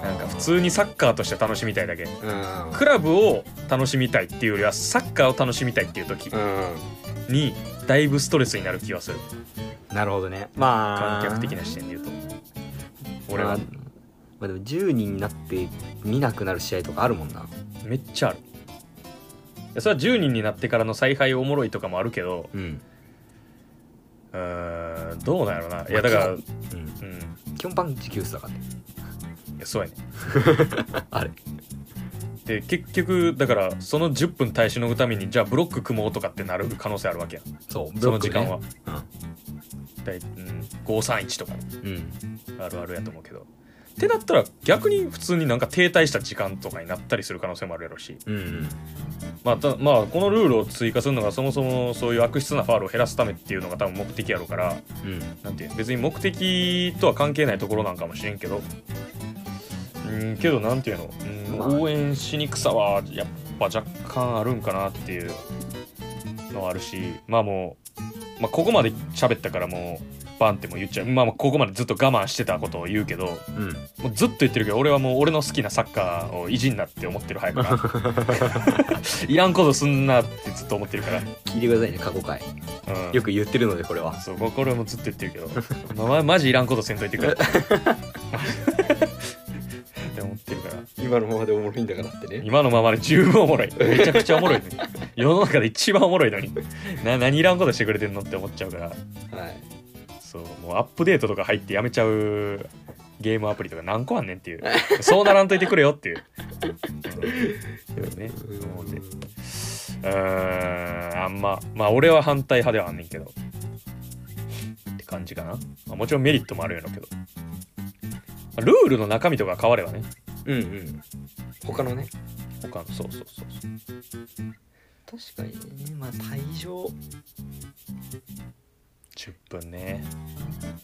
Speaker 1: なんか普通にサッカーとして楽しみたいだけ
Speaker 2: うん
Speaker 1: クラブを楽しみたいっていうよりはサッカーを楽しみたいっていう時
Speaker 2: う
Speaker 1: にだいぶストレスになる気がする
Speaker 2: んなるほどねまあ
Speaker 1: 観客的な視点で言うと俺
Speaker 2: まあ
Speaker 1: は
Speaker 2: まあでも10人になって見なくなる試合とかあるもんな
Speaker 1: めっちゃあるいやそれは10人になってからの采配おもろいとかもあるけど
Speaker 2: うん
Speaker 1: うーんどうなんやろないやだから
Speaker 2: う
Speaker 1: うんんい
Speaker 2: 基本パンチ球数だからね
Speaker 1: やそうやね
Speaker 2: あれ
Speaker 1: で結局だからその10分耐えしのぐためにじゃあブロック組もうとかってなる可能性あるわけやん
Speaker 2: そう
Speaker 1: その時間は、
Speaker 2: は
Speaker 1: だいうん、531とか
Speaker 2: うん
Speaker 1: あるあるやと思うけどってなったら逆に普通になんか停滞した時間とかになったりする可能性もあるやろうし、
Speaker 2: うんうん
Speaker 1: まあ、たまあこのルールを追加するのがそもそもそういう悪質なファウルを減らすためっていうのが多分目的やろうから
Speaker 2: うん
Speaker 1: なんていう別に目的とは関係ないところなんかもしれんけどうんけどなんていうの、うん
Speaker 2: まあ
Speaker 1: 応援しにくさはやっぱ若干あるんかなっていうのはあるしまあもう、まあ、ここまで喋ったからもうバンってもう言っちゃう、まあ、まあここまでずっと我慢してたことを言うけど
Speaker 2: うん
Speaker 1: もうずっと言ってるけど俺はもう俺の好きなサッカーを意地になって思ってる早から いらんことすんなってずっと思ってるから、
Speaker 2: 聞いてくださいね過去回
Speaker 1: うん、
Speaker 2: よく言ってるのでこれは
Speaker 1: そうここれもずっと言ってるけど まあまあマジいらんことせんといてくれって思ってるから
Speaker 2: 今のままでおもろいんだからってね
Speaker 1: 今のままで十分おもろいめちゃくちゃおもろいのに世の中で一番おもろいのにな何いらんことしてくれてんのって思っちゃうから
Speaker 2: はい
Speaker 1: そうもうアップデートとか入ってやめちゃうゲームアプリとか何個あんねんっていうそうならんといてくれよっていう、うんね思ってうーんあんままあ俺は反対派ではあんねんけどって感じかな、まあ、もちろんメリットもあるやろうけどまあルールの中身とか変わればね
Speaker 2: うんうん他のね
Speaker 1: 他のそうそうそうそう
Speaker 2: 確かにねまあ退場
Speaker 1: 10分ね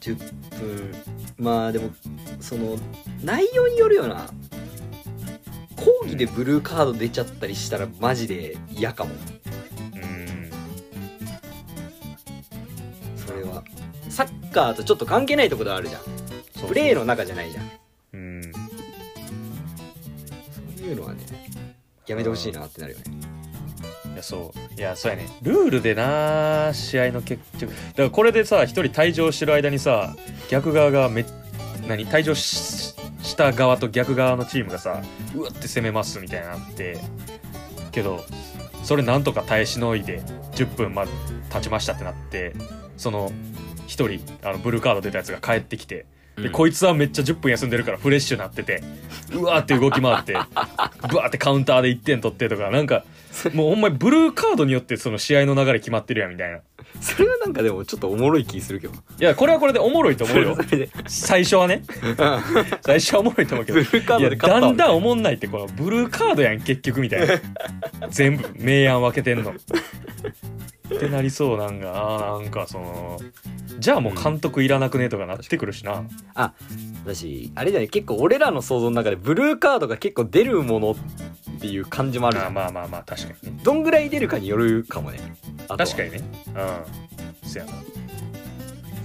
Speaker 2: 10分まあでもその内容によるよな講義でブルーカード出ちゃったりしたらマジで嫌かも
Speaker 1: うーん
Speaker 2: それはサッカーとちょっと関係ないところあるじゃん
Speaker 1: そう
Speaker 2: プレーの中じゃないじゃん
Speaker 1: うん
Speaker 2: そういうのはねやめてほしいなってなるよね
Speaker 1: いやそういやそうやねルールでな試合の結局だからこれでさ一人退場してる間にさ逆側がめ何退場しした側と逆側のチームがさうわって攻めますみたいになってけどそれなんとか耐えしのいで10分ま経ちましたってなってその一人あのブルーカード出たやつが帰ってきてで、こいつはめっちゃ10分休んでるからフレッシュなっててうわーって動き回ってブワーってカウンターで1点取ってとかなんかもうほんまにブルーカードによってその試合の流れ決まってるやんみたいない
Speaker 2: それはなんかでもちょっとおもろい気するけど
Speaker 1: やこれはこれでおもろいと思
Speaker 2: そうれ
Speaker 1: よ
Speaker 2: それで
Speaker 1: 最初はね最初はおもろいと思うけ
Speaker 2: ブ
Speaker 1: ど
Speaker 2: ルーカー
Speaker 1: い
Speaker 2: ド
Speaker 1: や
Speaker 2: で勝った
Speaker 1: だんだん
Speaker 2: ん
Speaker 1: おもんないってこのブルーカードやん結局みたいな全部明暗分けてんのってなりそうなんがあーなんかそのじゃあもう監督いらなくねとかなってくるしな、
Speaker 2: 私あれだね結構俺らの想像の中でブルーカードが結構出るものっていう感じもあるじ
Speaker 1: あ
Speaker 2: ゃ
Speaker 1: ー
Speaker 2: ん
Speaker 1: まあまあまあ確かにね
Speaker 2: どんぐらい出るかによるかもねあとは
Speaker 1: 確かにねうんせやな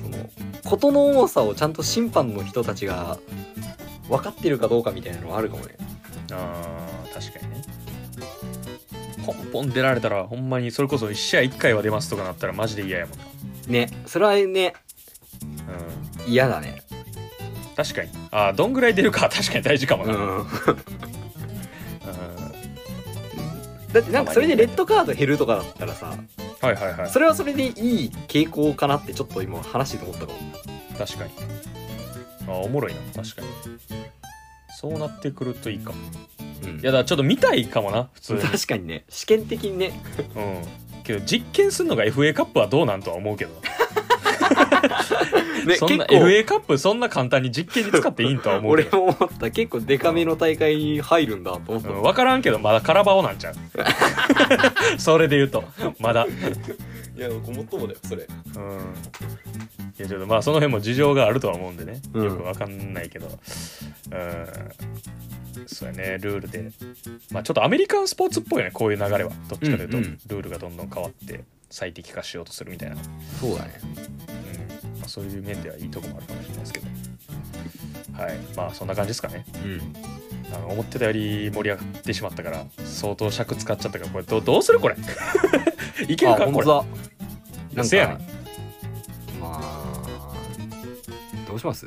Speaker 2: その事の重さをちゃんと審判の人たちが分かってるかどうかみたいなのはあるかもね
Speaker 1: あー確かにねポンポン出られたらほんまにそれこそ1試合1回は出ますとかなったらマジで嫌やもん
Speaker 2: ねそれはね
Speaker 1: な、うん、
Speaker 2: 嫌だね
Speaker 1: 確かにあーどんぐらい出るかは確かに大事かも
Speaker 2: う
Speaker 1: な、うん
Speaker 2: んだってなんかそれでレッドカード減るとかだったらさ
Speaker 1: はいはいはい
Speaker 2: それはそれでいい傾向かなってちょっと今話してて思ったかも
Speaker 1: 確かにあおもろいな確かにそうなってくるといいかも
Speaker 2: ううん、
Speaker 1: いやだからちょっと見たいかもな普通に
Speaker 2: 確かにね試験的にね
Speaker 1: うんけど実験するのが FA カップはどうなんとは思うけど
Speaker 2: ね
Speaker 1: そんな FA カップそんな簡単に実験に使っていいんとは思うけ
Speaker 2: 俺
Speaker 1: ど
Speaker 2: も思った結構デカめの大会に入るんだと思った、
Speaker 1: うん、分からんけどまだカラバオなんちゃうそれで言うとまだ
Speaker 2: いやごもっともだよそれ
Speaker 1: うんいやちょっとまあその辺も事情があるとは思うんでね
Speaker 2: うん
Speaker 1: よくわかんないけどうんそうやねルールでまあちょっとアメリカンスポーツっぽいよねこういう流れはどっちかというと、
Speaker 2: うんうん
Speaker 1: ルールがどんどん変わって最適化しようとするみたいな、うん
Speaker 2: そうだね
Speaker 1: まあ、そういう面ではいいとこもあるかもしれないですけどはいまあそんな感じですかね
Speaker 2: うん
Speaker 1: あの思ってたより盛り上がってしまったから相当尺使っちゃったからこれどどうするこれ いける
Speaker 2: あ
Speaker 1: か
Speaker 2: 本
Speaker 1: これ
Speaker 2: 当だなん
Speaker 1: せやね
Speaker 2: かまあどうします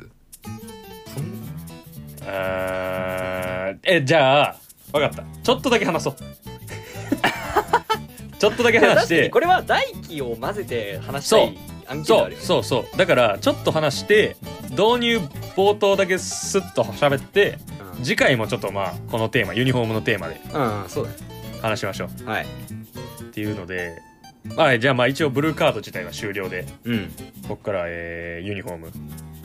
Speaker 2: そん
Speaker 1: あーえじゃあ分かったちょっとだけ話そう ちょっとだけ話して
Speaker 2: これは大気を混ぜて話
Speaker 1: したい
Speaker 2: 案
Speaker 1: そうそうそうだからちょっと話して導入冒頭だけスッと喋って次回もちょっとまあこのテーマユニフォームのテーマで
Speaker 2: うん、うん、そうだね
Speaker 1: 話しましょう
Speaker 2: はい
Speaker 1: っていうのではいじゃあまあ一応ブルーカード自体は終了で
Speaker 2: うん
Speaker 1: ここから、えーユニフォーム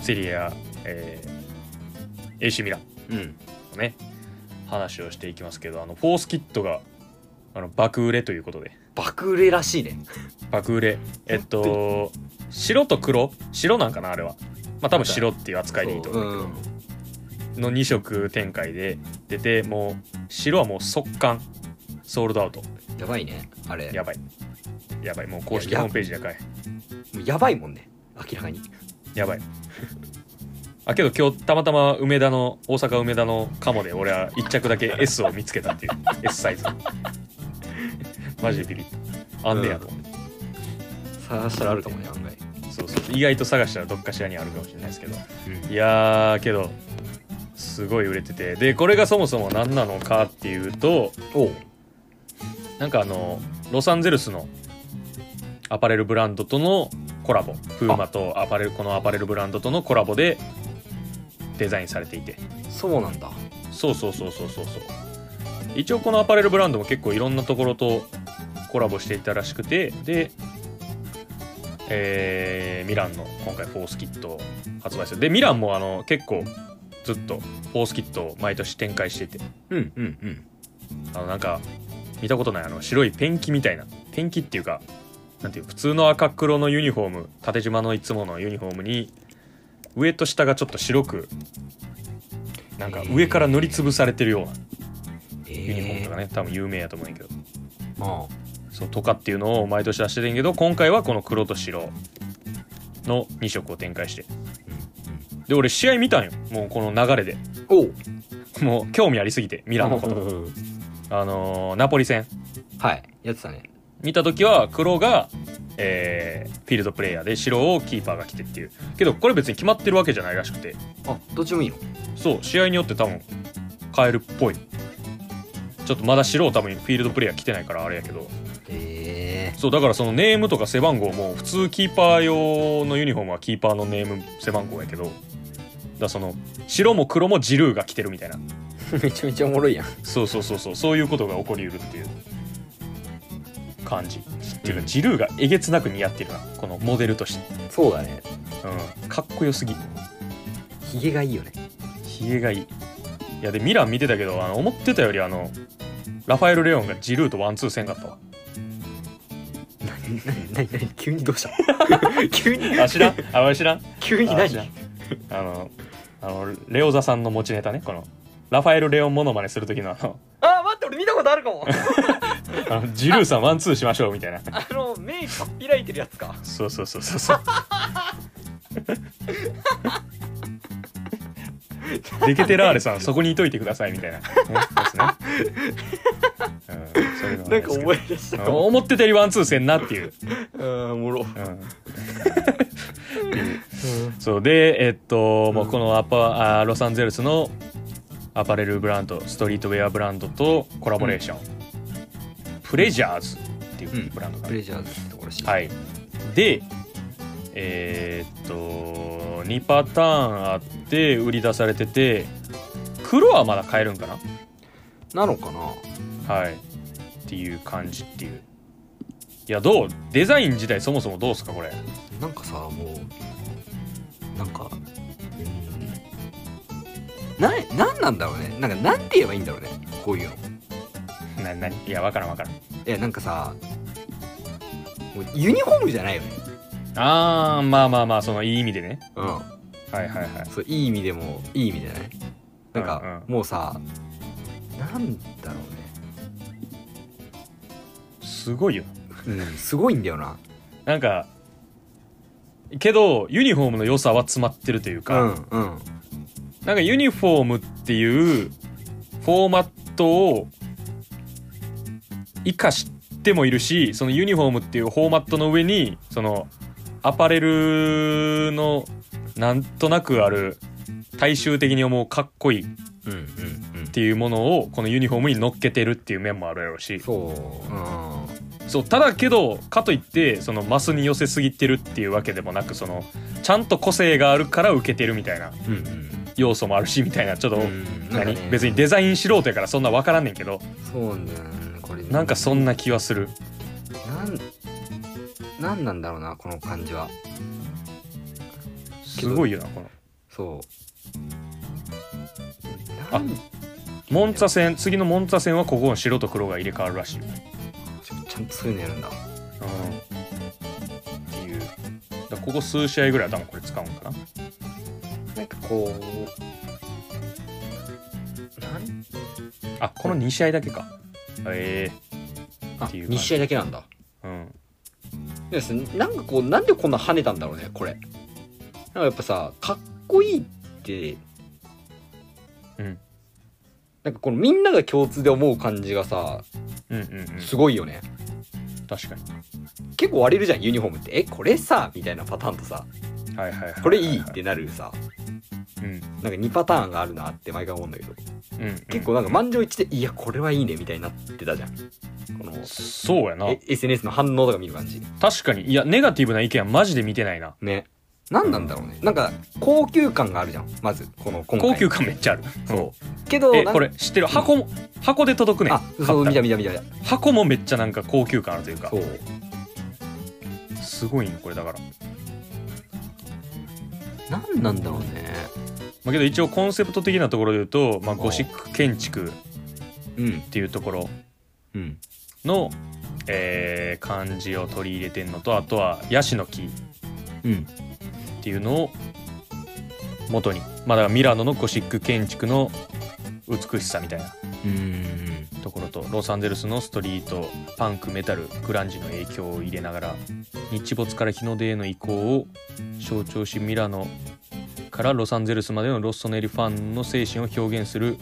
Speaker 1: セリア、えー、AC ミラン
Speaker 2: うん
Speaker 1: のね話をしていきますけどあのフォースキットがあの爆売れということで
Speaker 2: 爆売れらしいね
Speaker 1: 爆売れえっと白と黒白なんかなあれはまあ多分白っていう扱いでいいと
Speaker 2: う
Speaker 1: 思う、
Speaker 2: ん
Speaker 1: の2色展開で出てもう白はもう速乾ソールドアウト
Speaker 2: やばいねあれ
Speaker 1: やばいやばいもう公
Speaker 2: い
Speaker 1: 式
Speaker 2: や
Speaker 1: ホ
Speaker 2: や
Speaker 1: ームページやかい
Speaker 2: もうやばいもんね明らかに
Speaker 1: やばいあけど今日たまたま梅田の大阪梅田のカモで俺は1着だけ S を見つけたっていう S サイズマジでビビったあんねやと思って、
Speaker 2: 探したらあるかもね案外
Speaker 1: そうそう意外と探したらどっかしらにあるかもしれないですけどいやーけどすごい売れててでこれがそもそも何なのかっていうと
Speaker 2: おう
Speaker 1: なんかあのロサンゼルスのアパレルブランドとのコラボフーマとアパレルこのアパレルブランドとのコラボでデザインされていて
Speaker 2: そうなんだ
Speaker 1: そうそうそうそうそうそう一応このアパレルブランドも結構いろんなところとコラボしていたらしくてで、えーミランの今回フォースキットを発売するでミランもあの結構ずっとフォースキットを毎年展開してて
Speaker 2: うんうんうん
Speaker 1: あのなんか見たことないあの白いペンキみたいなペンキっていうかなんていう普通の赤黒のユニフォーム縦縞のいつものユニフォームに上と下がちょっと白くなんか上から塗りつぶされてるようなユニフォームとかね、多分有名やと思うんやけど
Speaker 2: あ
Speaker 1: そうとかっていうのを毎年出してるんやけど今回はこの黒と白の2色を展開してで俺試合見たんよもうこの流れで
Speaker 2: おう
Speaker 1: もう興味ありすぎてミランのことあのーナポリ戦
Speaker 2: はいやってたね
Speaker 1: 見た時は黒が、えーフィールドプレイヤーで白をキーパーが来てっていうけどこれ別に決まってるわけじゃないらしくて
Speaker 2: あどっちもいいの
Speaker 1: そう試合によって多分変えるっぽいちょっとまだ白を多分フィールドプレイヤー来てないからあれやけど
Speaker 2: へえ
Speaker 1: そうだからそのネームとか背番号も普通キーパー用のユニフォームはキーパーのネーム背番号やけどだからその白も黒もジルーが着てるみたいな
Speaker 2: めちゃめちゃおもろいやん
Speaker 1: そうそうそうそうそういうことが起こりうるっていう感じっていうかジルーがえげつなく似合ってるなこのモデルとして、
Speaker 2: そうだね
Speaker 1: うん、かっこよすぎ
Speaker 2: ヒゲがいいよね
Speaker 1: ひげがいいいやでミラン見てたけどあの思ってたよりあのラファエル・レオンがジルーとワンツーせんかったわ
Speaker 2: なになになになに急にどうした 急に
Speaker 1: あ知らんあ俺知らん
Speaker 2: 急に
Speaker 1: あ
Speaker 2: 何
Speaker 1: 知らんあのあのレオザさんの持ちネタねこのラファエル・レオンモノマネする時のあの
Speaker 2: あ待って俺見たことあるかも
Speaker 1: あのジルーさんワンツーしましょうみたいな
Speaker 2: あの目かっぴらいてるやつか
Speaker 1: そうそうそうそうそうデケテラーレさんそこにいといてくださいみたいな、ね、ですね、うん、そういうのがある
Speaker 2: なん
Speaker 1: で
Speaker 2: か
Speaker 1: すけど
Speaker 2: 思い出した
Speaker 1: うん思ってたよりワンツーせんなっていう、
Speaker 2: うんおもろ
Speaker 1: うん、そうでえっと、もうこのアパあロサンゼルスのアパレルブランドストリートウェアブランドとコラボレーション、プレジャーズっていうブランドが、
Speaker 2: プレジャーズってところし
Speaker 1: はいでえーっと2パターンあって売り出されてて黒はまだ買えるんかな
Speaker 2: なのかな
Speaker 1: はいっていう感じっていういやどうデザイン自体そもそもどうですかこれ
Speaker 2: なんかさもうなんかうんななんなんだろうねなんかなんて言えばいいんだろうねこういうの
Speaker 1: ななにいやわからんわからん
Speaker 2: いやなんかさもうユニフォームじゃないよね
Speaker 1: あーまあまあまあそのいい意味でね
Speaker 2: うん
Speaker 1: はいはいはい
Speaker 2: そういい意味でもいい意味でねなんか
Speaker 1: うん
Speaker 2: もうさなんだろ
Speaker 1: すごいよ
Speaker 2: うね、うん、すごいんだよな
Speaker 1: なんかけどユニフォームの良さは詰まってるという
Speaker 2: う
Speaker 1: か、
Speaker 2: んうん
Speaker 1: なんかユニフォームっていうフォーマットを生かしてもいるしそのユニフォームっていうフォーマットの上にそのアパレルのなんとなくある大衆的に思うかっこいいっ
Speaker 2: うんうんうん
Speaker 1: ていうものをこのユニフォームに乗っけてるっていう面もあるやろうし
Speaker 2: そううん
Speaker 1: そうただけどかといってそのマスに寄せすぎてるっていうわけでもなくそのちゃんと個性があるから受けてるみたいな
Speaker 2: うんうん
Speaker 1: 要素もあるしみたいなちょっと、
Speaker 2: うんなんか
Speaker 1: 何
Speaker 2: ね
Speaker 1: 別にデザイン素人やからそんな分からんねんけど
Speaker 2: そうなんだよねこれ
Speaker 1: なんかそんな気はする
Speaker 2: なんなんなんだろうなこの感じは
Speaker 1: すごいよなこの
Speaker 2: そう
Speaker 1: あ
Speaker 2: なん
Speaker 1: モンツァ戦次のモンツァ戦はここの白と黒が入れ替わるらしい、うん、っ
Speaker 2: ちょちゃんとそういうのやるんだ
Speaker 1: ていうだからここ数試合ぐらいは多分これ使うんかな
Speaker 2: なんかこうなん
Speaker 1: あこの2試合だけかえ
Speaker 2: あ
Speaker 1: っていう感じ
Speaker 2: 2試合だけなんだ
Speaker 1: えうん
Speaker 2: ですねなんかこうなんでこんな跳ねたんだろうねこれなんかやっぱさかっこいいって
Speaker 1: うん
Speaker 2: なんかこのみんなが共通で思う感じがさ
Speaker 1: うんうんうん
Speaker 2: すごいよね
Speaker 1: 確かに
Speaker 2: 結構割れるじゃんユニフォームってえこれさみたいなパターンとさ
Speaker 1: はいはいはいはいはい
Speaker 2: これいいってなるさ
Speaker 1: うん
Speaker 2: なんか2パターンがあるなって毎回思うんだけど
Speaker 1: うんうん
Speaker 2: 結構なんか満場一致でいやこれはいいねみたいになってたじゃんこの
Speaker 1: そうやな
Speaker 2: え SNS の反応とか見る感じ
Speaker 1: 確かにいやネガティブな意見はマジで見てないな
Speaker 2: ね何なんだろうねなんか高級感があるじゃんまずこの今回
Speaker 1: 高級感めっちゃある
Speaker 2: そうけど
Speaker 1: え
Speaker 2: なん
Speaker 1: これ知ってる箱も箱で届くねん
Speaker 2: あそう見
Speaker 1: 買
Speaker 2: た
Speaker 1: っ
Speaker 2: 見た見た見た
Speaker 1: た箱もめっちゃなんか高級感あるというか
Speaker 2: そう
Speaker 1: すごいねこれだから、ま
Speaker 2: 何なんだろうね
Speaker 1: あ、けど一応コンセプト的なところで言うと、まあ、ゴシック建築っ
Speaker 2: うん
Speaker 1: ていうところ
Speaker 2: うん
Speaker 1: の、えー感じを取り入れてんのとあとはヤシの木っ
Speaker 2: うん
Speaker 1: ていうのを元にまあだからミラノのゴシック建築の美しさみたいな
Speaker 2: うん
Speaker 1: ところとロサンゼルスのストリートパンクメタルグランジの影響を入れながら日没から日の出への移行を象徴しミラノからロサンゼルスまでのロストネリファンの精神を表現する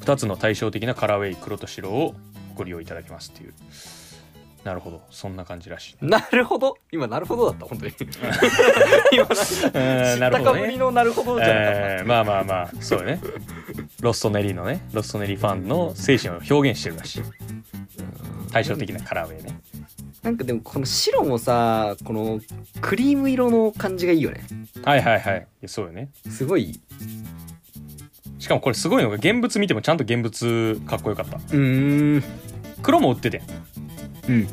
Speaker 1: 2つの対照的なカラーウェイ黒と白をご利用いただけますっていうなるほどそんな感じらしい
Speaker 2: なるほど今なるほどだった本当に今なんか知っ
Speaker 1: えーなる
Speaker 2: た
Speaker 1: ほ
Speaker 2: か
Speaker 1: ど
Speaker 2: ぶり
Speaker 1: ね
Speaker 2: のなるほどじゃなかった
Speaker 1: えーまあまあまあそうよねロストネリのねロストネリファンの精神を表現してるらしい対照的なカラーウェイね
Speaker 2: なんかでもこの白もさこのクリーム色の感じがいいよね
Speaker 1: はいはいはいいやそうよね
Speaker 2: すごい
Speaker 1: しかもこれすごいのが現物見てもちゃんと現物かっこよかった
Speaker 2: うーん
Speaker 1: 黒も売ってて
Speaker 2: うんうん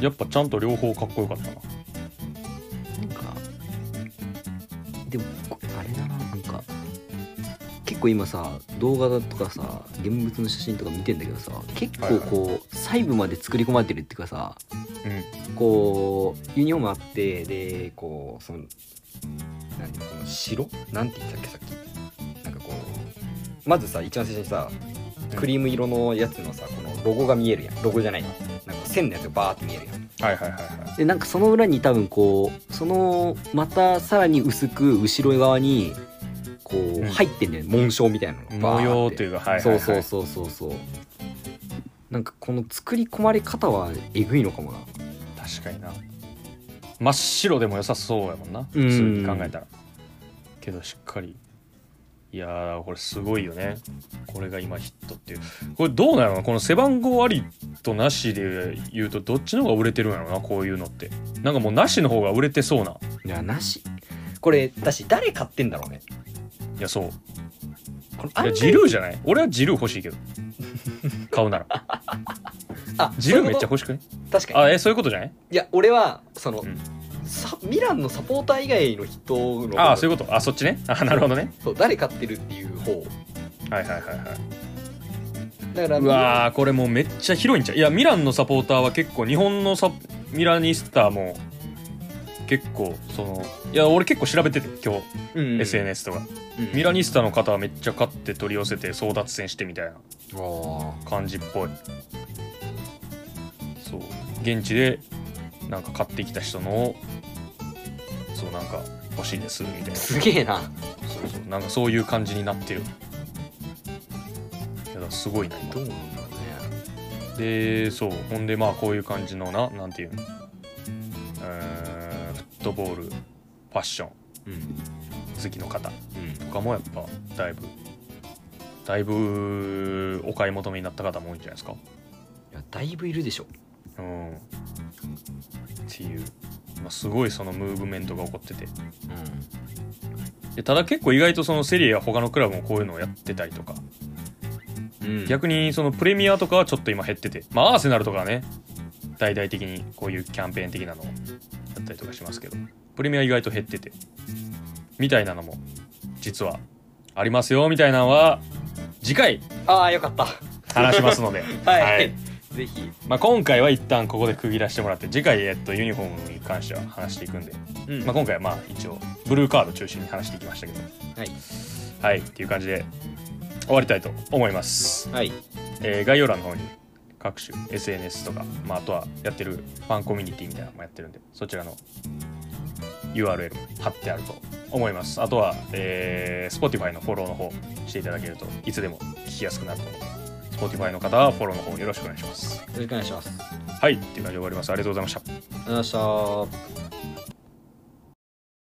Speaker 1: やっぱちゃんと両方かっこよかったな
Speaker 2: なんかでもこれあれだななんか結構今さ動画だとかさ現物の写真とか見てんだけどさ結構こう、細部まで作り込まれてるっていうかさ
Speaker 1: う
Speaker 2: こうユニフォームあってでこうその何この白なんて言ってたっけさっきなんかこうまずさ一番最初にさクリーム色のやつのさこのロゴが見えるやんロゴじゃないななんか線のやつがバーって見えるやん
Speaker 1: んはいはいはいは
Speaker 2: でなんかその裏に多分こうそのまたさらに薄く後ろ側にこう
Speaker 1: うん
Speaker 2: 入ってんだよね紋章みたいなのが
Speaker 1: い
Speaker 2: バー
Speaker 1: 模
Speaker 2: って
Speaker 1: 様というかはいはい、
Speaker 2: そ
Speaker 1: は
Speaker 2: う
Speaker 1: い、
Speaker 2: そうそうそうそうなんかこの作り込まれ方はえぐいのかもな
Speaker 1: 確かにな真っ白でも良さそうやもんな
Speaker 2: うん
Speaker 1: 普通に考えたらけどしっかりいやーこれすごいよねこれが今ヒットっていうこれどうなのこの背番号ありとなしで言うとどっちの方が売れてるんやろなこういうのってなんかもうなしの方が売れてそうない
Speaker 2: やなしこれだし誰買ってんだろうね
Speaker 1: いやそう
Speaker 2: この
Speaker 1: いやジルーじゃない俺はジルー欲しい けど買うなら
Speaker 2: あ
Speaker 1: ジルーめっちゃ
Speaker 2: そう
Speaker 1: 欲
Speaker 2: いうこ
Speaker 1: しくね
Speaker 2: と確かに
Speaker 1: あえそういうことじゃない
Speaker 2: いや俺はその、
Speaker 1: うん
Speaker 2: さミランのサポーター以外の人の
Speaker 1: あそういうことあそっちねあなるほどね
Speaker 2: そう誰勝ってるっていう方
Speaker 1: はいはいはいはい
Speaker 2: だから
Speaker 1: うわーこれもうめっちゃ広いんちゃういやミランのサポーターは結構日本のサミラニスターも結構そのいや俺結構調べてて今日、
Speaker 2: うん
Speaker 1: SNS とか
Speaker 2: うん
Speaker 1: ミラニスタの方はめっちゃ勝って取り寄せて争奪戦してみたいな
Speaker 2: あー
Speaker 1: 感じっぽいそう現地でなんか買ってきた人のそうなんか欲しいですみたいなそ
Speaker 2: すげえな
Speaker 1: うそうなんかそういう感じになってるいやだからすごいな今
Speaker 2: うなんだろうね
Speaker 1: でそうほんでまあこういう感じのななんていうのうーんフットボールファッション
Speaker 2: うん
Speaker 1: 好きの方
Speaker 2: うん
Speaker 1: とかもやっぱだいぶだいぶお買い求めになった方も多いんじゃないですか
Speaker 2: いやだいぶいるでしょ
Speaker 1: うんっていう、まあ、すごいそのムーブメントが起こってて
Speaker 2: う
Speaker 1: でただ結構意外とそのセリエや他のクラブもこういうのをやってたりとか
Speaker 2: ん
Speaker 1: 逆にそのプレミアとかはちょっと今減っててまあアーセナルとかはね大々的にこういうキャンペーン的なのをやったりとかしますけどプレミア意外と減っててみたいなのも実はありますよみたいなのは次回
Speaker 2: ああよかった
Speaker 1: 話しますので
Speaker 2: はい、ぜひ
Speaker 1: まあ、今回は一旦ここで区切らせてもらって次回、えっと、ユニフォームに関しては話していくんで、
Speaker 2: うん
Speaker 1: まあ、今回はまあ一応ブルーカード中心に話していきましたけど
Speaker 2: はい
Speaker 1: はいっていう感じで終わりたいと思います、
Speaker 2: はい
Speaker 1: えー概要欄の方に各種 SNS とか、まあ、あとはやってるファンコミュニティみたいなのもやってるんでそちらの URL 貼ってあると思いますあとは、えー Spotify のフォローの方していただけるといつでも聞きやすくなると思う Spotify の方はフォローの方よろしくお願いします
Speaker 2: よろしくお願いしますありがと
Speaker 1: はいっていう感じで終わりますありがとうございました
Speaker 2: うございました